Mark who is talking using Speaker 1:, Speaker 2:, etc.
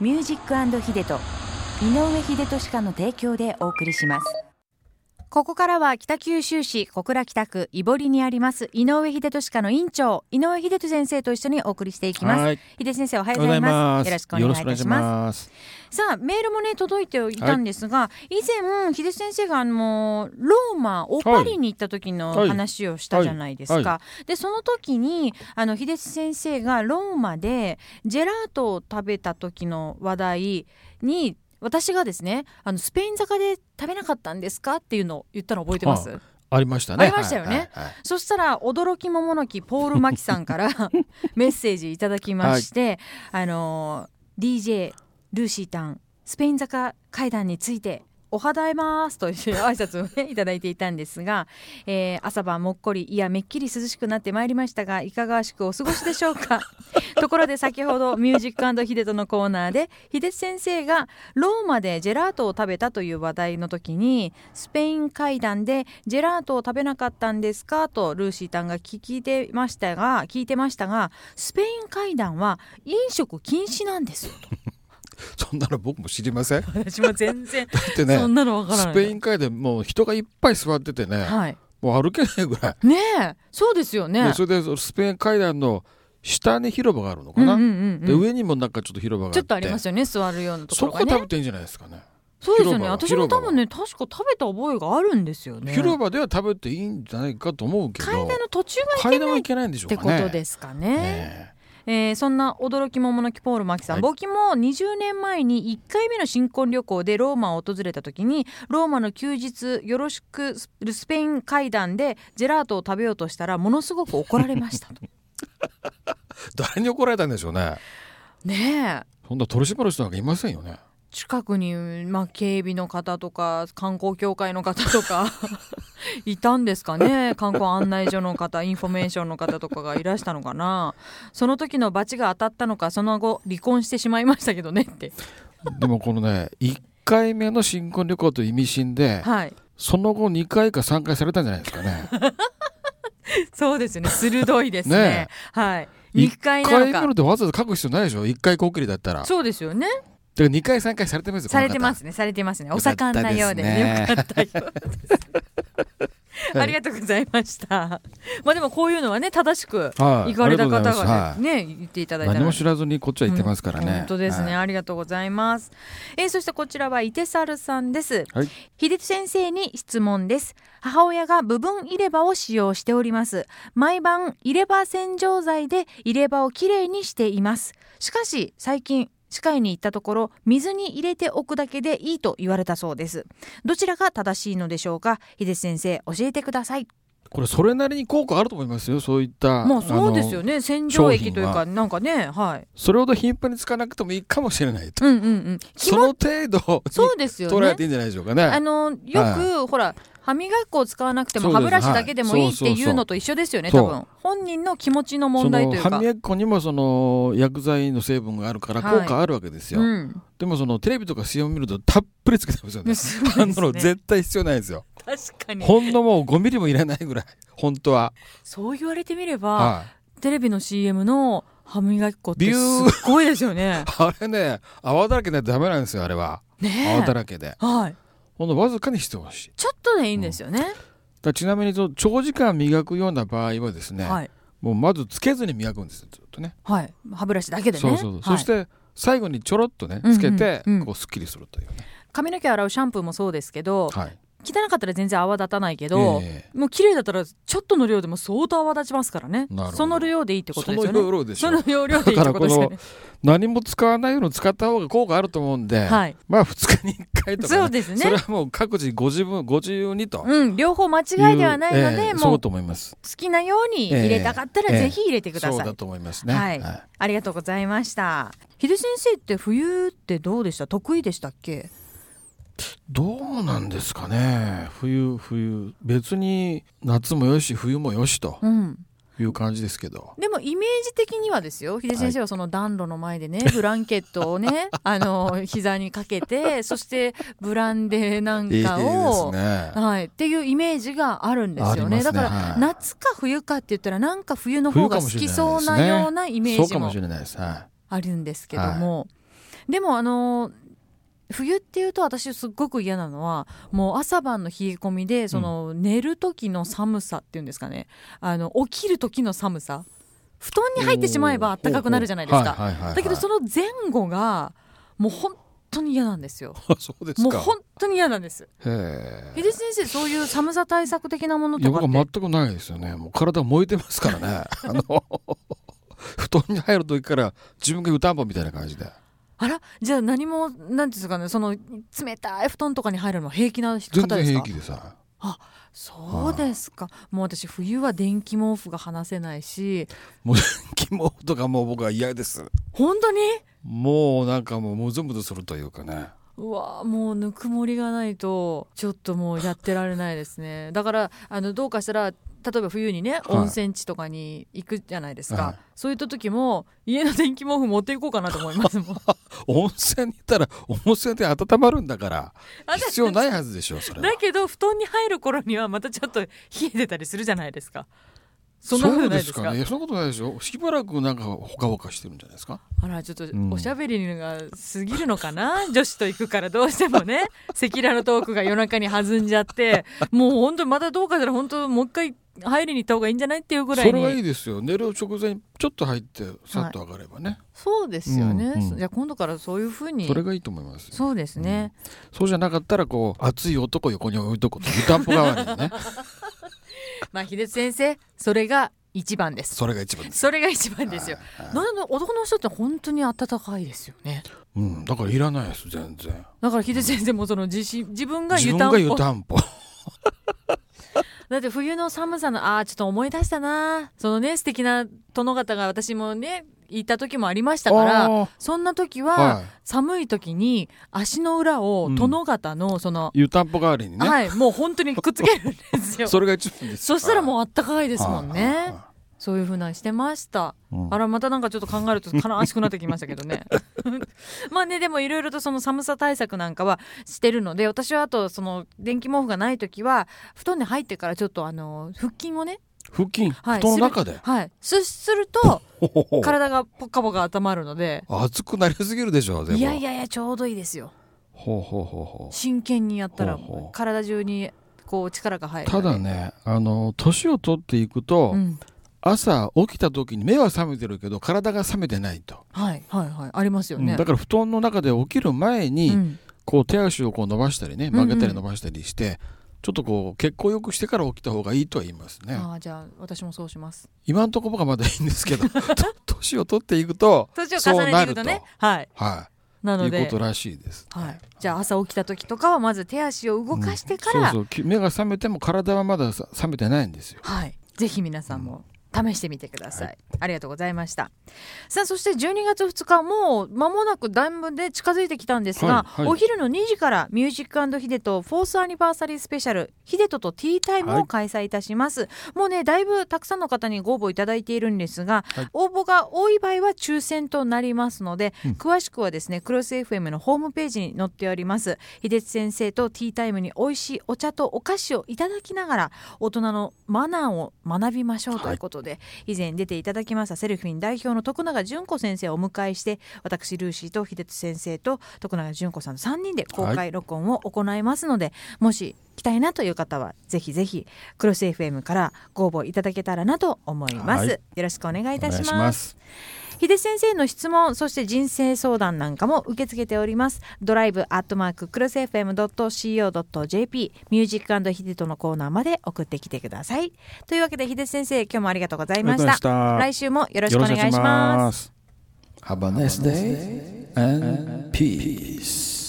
Speaker 1: ミュージックヒデと井上秀俊家の提供でお送りします
Speaker 2: ここからは北九州市小倉北区井堀にあります井上秀俊家の院長井上秀俊先生と一緒にお送りしていきま
Speaker 3: は
Speaker 2: す
Speaker 3: い
Speaker 2: 秀俊先生おはようございますよろしくお願いいたします
Speaker 3: す。
Speaker 2: さあメールもね届いていたんですが、以前秀先生があのローマオパリに行った時の
Speaker 3: はい
Speaker 2: 話をしたじゃないですか、
Speaker 3: はいは
Speaker 2: でその時にあの秀先生がローマでジェラートを食べた時の話題に私がですねあのスペイン坂で食べなかったんですかっていうのを言ったの覚えてます、
Speaker 3: はありましたね。
Speaker 2: ありましたよね
Speaker 3: はい。はいはい
Speaker 2: そしたら驚き桃の木ポール・マキさんからメッセージいただきまして、あのー DJ ルーシータンスペイン坂階段についておはだいますという挨拶を、ね、いただいていたんですが、えー朝晩もっこりいやめっきり涼しくなってまいりましたがいかがわしくお過ごしでしょうか ところで先ほど「ミュージックヒデト」のコーナーでヒデ先生がローマでジェラートを食べたという話題の時にスペイン階段でジェラートを食べなかったんですかとルーシーさんが聞いてましたが聞いてましたがスペイン階段は飲食禁止なんですよと
Speaker 3: そんなの僕も知りません。だ
Speaker 2: 私も全然、
Speaker 3: って ね
Speaker 2: そ、んなのわからな
Speaker 3: ス
Speaker 2: い
Speaker 3: ペイン会でもう人がいっぱい座っててね、
Speaker 2: はい
Speaker 3: もう歩けないぐらい。
Speaker 2: ねえそうですよね
Speaker 3: でそれでスペイン会談の下に広場があるのか
Speaker 2: うんう
Speaker 3: な。
Speaker 2: んうんうん
Speaker 3: で上にもなんかちょっと広場があって。
Speaker 2: ちょっとありますよね座るようなとこ
Speaker 3: そ
Speaker 2: ろ
Speaker 3: こ
Speaker 2: が
Speaker 3: で食
Speaker 2: ね
Speaker 3: べていいんじゃないですかね。
Speaker 2: そうですよね
Speaker 3: 広場
Speaker 2: 私も多
Speaker 3: 広場
Speaker 2: 分ね確か食べた覚えがあるんですよね
Speaker 3: 広場では食べていいんじゃないかと思うけど、
Speaker 2: 階段の途中がいけ
Speaker 3: 階
Speaker 2: な
Speaker 3: 段はいい
Speaker 2: っ
Speaker 3: けないんでしょう
Speaker 2: て
Speaker 3: か
Speaker 2: こ
Speaker 3: ね。
Speaker 2: とですかね
Speaker 3: ね
Speaker 2: えーそんな驚き桃の木ポール・マキさん、
Speaker 3: はい
Speaker 2: 僕も20年前に1回目の新婚旅行でローマを訪れた時にローマの休日よろしくススペイン階段でジェラートを食べようとしたらものすごく怒られました と
Speaker 3: 誰に怒られたんでしょうね。
Speaker 2: ねえ
Speaker 3: そんな取り締まる人なんかいませんよね。
Speaker 2: 近くに、まあ、警備の方とか観光協会の方とか いたんですかね観光案内所の方インフォメーションの方とかがいらしたのかなその時の罰が当たったのかその後離婚してしまいましたけどねって
Speaker 3: でもこのね、1回目の新婚旅行という意味深で、
Speaker 2: はい
Speaker 3: その後2回か3回されたんじゃないですかね。
Speaker 2: そうですね。鋭いですね。
Speaker 3: ね
Speaker 2: はい。 二回な
Speaker 3: 一
Speaker 2: の
Speaker 3: 回目
Speaker 2: か
Speaker 3: の。ってわざわざ書く必要ないでしょ。1回こっきりだったら。だか
Speaker 2: そうですよね。
Speaker 3: ら2回3回されてますよ。。
Speaker 2: されてますすね。されてますね。
Speaker 3: よ
Speaker 2: お
Speaker 3: かっ
Speaker 2: 盛ん
Speaker 3: たですね
Speaker 2: なようでね。よかったようで す。
Speaker 3: はい
Speaker 2: ありがとうございました。まあでもこういうのはね正しく
Speaker 3: はい
Speaker 2: 行かれた方
Speaker 3: ありがとうございま
Speaker 2: が
Speaker 3: す
Speaker 2: ね,、ね言っていただいた
Speaker 3: 何
Speaker 2: の
Speaker 3: も
Speaker 2: で
Speaker 3: 知らずにこっちは行ってますからね。
Speaker 2: 本当ですね、
Speaker 3: はい
Speaker 2: ありがとうございます。えーそしてこちらは伊手猿さんです。
Speaker 3: はい
Speaker 2: 秀人先生に質問です。母親が部分入れ歯を使用しております。毎晩入れ歯洗浄剤で入れ歯をきれいにしています。しかし最近歯科医に行ったところ水に入れておくだけでいいと言われたそうですどちらが正しいのでしょうか秀人先生教えてください
Speaker 3: これそれなりに効果あると思いますよ。そういった。
Speaker 2: もうそうですよ
Speaker 3: あの
Speaker 2: ね洗浄液
Speaker 3: 商
Speaker 2: と
Speaker 3: 品
Speaker 2: いうか
Speaker 3: は
Speaker 2: なんかねはい
Speaker 3: それほど頻繁に使わなくてもいいかもしれないと。
Speaker 2: うんうんうん気持
Speaker 3: その程度
Speaker 2: ちそう
Speaker 3: に
Speaker 2: ですよね
Speaker 3: 捉えていいんじゃないでしょうかね。
Speaker 2: あのよく、ほら歯磨き粉を使わなくても
Speaker 3: そうです
Speaker 2: 歯ブラシだけでもいい
Speaker 3: はい
Speaker 2: っていうのと一緒ですよね、
Speaker 3: そう
Speaker 2: 多分本人の気持ちの
Speaker 3: そ
Speaker 2: 問題
Speaker 3: の
Speaker 2: という
Speaker 3: 歯
Speaker 2: か。
Speaker 3: 磨き粉にもその薬剤の成分があるから
Speaker 2: はい
Speaker 3: 効果あるわけですよ、
Speaker 2: うん、
Speaker 3: でもそのテレビとか CM 見るとたっぷりつけてますよね
Speaker 2: すごい
Speaker 3: あん
Speaker 2: で
Speaker 3: な
Speaker 2: す
Speaker 3: の
Speaker 2: ね
Speaker 3: 絶対必要ないですよ
Speaker 2: 確かに
Speaker 3: ほんのもう5ミリもいらないぐらい本当は、
Speaker 2: そう言われてみれば、
Speaker 3: はい
Speaker 2: テレビの CM の歯磨き粉って
Speaker 3: ビ
Speaker 2: す
Speaker 3: ュー
Speaker 2: っごいですよ ね。
Speaker 3: あれね泡だらけになってダメなんですよあれは、
Speaker 2: ね
Speaker 3: 泡だらけで
Speaker 2: え、はい、
Speaker 3: ほんのわずかにしてほしい
Speaker 2: ちょっとでいいんですよね。
Speaker 3: だちなみにその長時間磨くような場合はですね、
Speaker 2: はい、
Speaker 3: もうまずつけずに磨くんですよずっとね
Speaker 2: はい、歯ブラシだけでね。
Speaker 3: そうそうそう、
Speaker 2: はい
Speaker 3: そして最後にちょろっとねつけて、
Speaker 2: うんうんうん
Speaker 3: こうすっきりするというね、
Speaker 2: 髪の毛洗うシャンプーもそうですけど、
Speaker 3: はい
Speaker 2: 汚かったら全然泡立たないけど、
Speaker 3: ええ
Speaker 2: もう綺麗だったらちょっとの量でも相当泡立ちますからね
Speaker 3: なるほど
Speaker 2: その量でいいってこと
Speaker 3: そ
Speaker 2: ですよ
Speaker 3: の
Speaker 2: ね
Speaker 3: 要領でし
Speaker 2: そ
Speaker 3: ょ
Speaker 2: の容量でいいってことですよね。
Speaker 3: 何も使わないより使った方が効果あると思うんで、
Speaker 2: はい。
Speaker 3: まあ2日に1回とか、ね、
Speaker 2: そうですね
Speaker 3: それはもう各自ご自分ご自由にという、
Speaker 2: うん、両方間違いではないので、
Speaker 3: ええ
Speaker 2: も
Speaker 3: そううと思います
Speaker 2: 好きなように入れたかったら
Speaker 3: ええ
Speaker 2: ぜひ入れてくだ
Speaker 3: そう
Speaker 2: さい。
Speaker 3: だと思いますね
Speaker 2: はいありがとうございました。秀先生って冬ってどうでした？得意でしたっけ？
Speaker 3: どうなんですかね冬冬別に夏もよし冬もよしと
Speaker 2: うん。
Speaker 3: いう感じですけど
Speaker 2: でもイメージ的にはですよ。秀先生はその暖炉の前でね、ブランケットを ね、あの膝にかけて、そしてブランデーなん
Speaker 3: いいで
Speaker 2: かを
Speaker 3: すね
Speaker 2: はい、っていうイメージがあるんですよね
Speaker 3: ありま
Speaker 2: だ
Speaker 3: すね
Speaker 2: から、
Speaker 3: はい
Speaker 2: 夏か冬かって言ったらなんか冬の方が好きそうなようなイメー
Speaker 3: そう
Speaker 2: ジ
Speaker 3: かも
Speaker 2: も
Speaker 3: しれないです、は
Speaker 2: あるんですけども、でもあのー冬っていうと私すっごく嫌なのはもう朝晩の冷え込みでその寝る時の寒さっていうんですかねあの起きる時の寒さ布団に入ってしまえば暖かくなるじゃないですか
Speaker 3: はいはいはいはい
Speaker 2: だけどその前後がもう本当に嫌なんですよ
Speaker 3: そうです
Speaker 2: もう
Speaker 3: か。
Speaker 2: 本当に嫌なんです
Speaker 3: へえ
Speaker 2: 秀先生そういう寒さ対策的なものとか
Speaker 3: 横
Speaker 2: っ
Speaker 3: が
Speaker 2: て
Speaker 3: 全くないですよね。もう体燃えてますからね。 あの布団に入る時から自分が湯たんぽみたいな感じで。
Speaker 2: あらじゃあ何もなんていうんですかねその冷たい布団とかに入るのは平気な方ですか
Speaker 3: 全然平気でさ。
Speaker 2: そうですかもう私冬は電気毛布が離せないし
Speaker 3: もう気毛とかもう僕は嫌です。
Speaker 2: 本当に
Speaker 3: もうなんかもうむずむずするというかね。
Speaker 2: うわーもうぬくもりがないとちょっともうやってられないですねだからあのどうかしたら例えば冬にね
Speaker 3: い
Speaker 2: 温泉地とかに行くじゃないですか、
Speaker 3: はい
Speaker 2: そういった時も家の電気毛布持っていこうかなと思います もんだ
Speaker 3: 温泉に行ったら温泉で温まるんだから必要ないはずでしょうそれは。
Speaker 2: けど布団に入る頃にはまたちょっと冷えてたりするじゃないですかそんなことないですか
Speaker 3: そうね。そんなことないでしょ。しばらくなんかほかほかしてるんじゃないですか。
Speaker 2: あらちょっと
Speaker 3: ん
Speaker 2: おしゃべりが過ぎるのかな、 女子と行くからどうしてもね 赤裸々トークが夜中に弾んじゃ ってもう本当またどうかしたら本当もう一回入りに行った方がいいんじゃないっていうぐらいに
Speaker 3: それはいいですよ。寝る直前にちょっと入ってさっと上がればね。
Speaker 2: そうですよね、
Speaker 3: うんうん
Speaker 2: じゃあ今度からそういうふうに
Speaker 3: それがいいと思いますよ。
Speaker 2: そうですね、
Speaker 3: そうじゃなかったらこう熱い男横に置いとくと湯たんぽ代わりにね
Speaker 2: まあ秀津先生それが一番です
Speaker 3: それが一番です。
Speaker 2: それが一番ですよなんで男の人って本当に暖かいですよね
Speaker 3: うんだからいらないです全然。
Speaker 2: だから秀津先生もその自信自分が
Speaker 3: 自
Speaker 2: 湯
Speaker 3: 分
Speaker 2: たん
Speaker 3: が湯
Speaker 2: ぽ
Speaker 3: たんぽ。
Speaker 2: だって冬の寒さのああちょっと思い出したなそのね素敵な殿方が私もね行った時もありましたか
Speaker 3: あ
Speaker 2: ら
Speaker 3: ー
Speaker 2: そんな時は、
Speaker 3: は
Speaker 2: 寒い時に足の裏を
Speaker 3: うん
Speaker 2: 殿方のその、
Speaker 3: い。湯たんぽ代わりにね。
Speaker 2: はいもう本当にくっつけるんですよそ
Speaker 3: それが一番です。
Speaker 2: したらも
Speaker 3: う
Speaker 2: うあったかいですもんね、
Speaker 3: はいはいはい
Speaker 2: そういうふうなしてました、
Speaker 3: うん
Speaker 2: あらまたなんかちょっと考え ると悲しくなってきましたけどね まあねでもいろいろとその寒さ対策なんかはしてるので私はあとその電気毛布がない時は布団に入ってからちょっとあの腹筋をね
Speaker 3: 腹筋
Speaker 2: はい
Speaker 3: 布団の中で。
Speaker 2: はいすすると
Speaker 3: ほほほ
Speaker 2: 体がポッカポカ温まるので
Speaker 3: 熱くなりすぎるでしょでも
Speaker 2: いやいやいやちょうどいいですよ
Speaker 3: ほうほうほうほう
Speaker 2: 真剣にやったら
Speaker 3: ほうほう
Speaker 2: 体中にこう力が入る
Speaker 3: ただねあの年を取っていくと、
Speaker 2: うん
Speaker 3: 朝起きた時に目は覚めてるけど体が覚めてないと、
Speaker 2: はいはいはいありますよ
Speaker 3: うん
Speaker 2: ね
Speaker 3: だから布団の中で起きる前に、
Speaker 2: うん
Speaker 3: こう手足をこう伸ばしたりね
Speaker 2: んうん
Speaker 3: 曲げたり伸ばしたりして、ちょっとこう血行よくしてから起きた方がいいとは言いますね
Speaker 2: ああじゃあ私もそうします
Speaker 3: 今のところがまだいいんですけ どと年を取っていくと
Speaker 2: 年を重ねていくとね
Speaker 3: そうな
Speaker 2: は
Speaker 3: る
Speaker 2: い
Speaker 3: とは
Speaker 2: ないの
Speaker 3: いう
Speaker 2: で
Speaker 3: ことらしいです、
Speaker 2: はい、じゃあ朝起きた時とかはまず手足を動かしてから、
Speaker 3: そうそうき目が覚めても体はまださ覚めてないんですよ
Speaker 2: はい、ぜひ皆さんも試してみてください、ありがとうございましたさあそして12月2日もう間もなくだいぶで近づいてきたんですが、
Speaker 3: はいはい
Speaker 2: お昼の2時から「ミュージックヒデトフォースアニバーサリースペシャルヒデトとティータイム」を開催いたします、もうねだいぶたくさんの方にご応募いただいているんですが、
Speaker 3: はい
Speaker 2: 応募が多い場合は抽選となりますので、詳しくはですねクロス FM のホームページに載っております秀津先生とティータイムに美味しいお茶とお菓子をいただきながら大人のマナーを学びましょうということで、以前出ていただきましたセルフィン代表の徳永純子先生をお迎えして私ルーシーと秀津先生と徳永純子さんの3人で公
Speaker 3: は
Speaker 2: 開録音を行いますので、もし来たいなという方はぜひぜひクロス FM からご応募いただけたらなと思います、
Speaker 3: はい
Speaker 2: よろしくお願いいたし
Speaker 3: お願いし
Speaker 2: ま
Speaker 3: ますす
Speaker 2: 秀先生の質問そして人生相談なんかも受け付けておりますドライブアットマーククロス FM.co.jp ミュージックヒデとのコーナーまで送ってきてくださいというわけで秀先生今日もありがとうございました
Speaker 3: ありがとうございました
Speaker 2: 来週もよろしくお願いします
Speaker 3: す。Have a nice day and peace.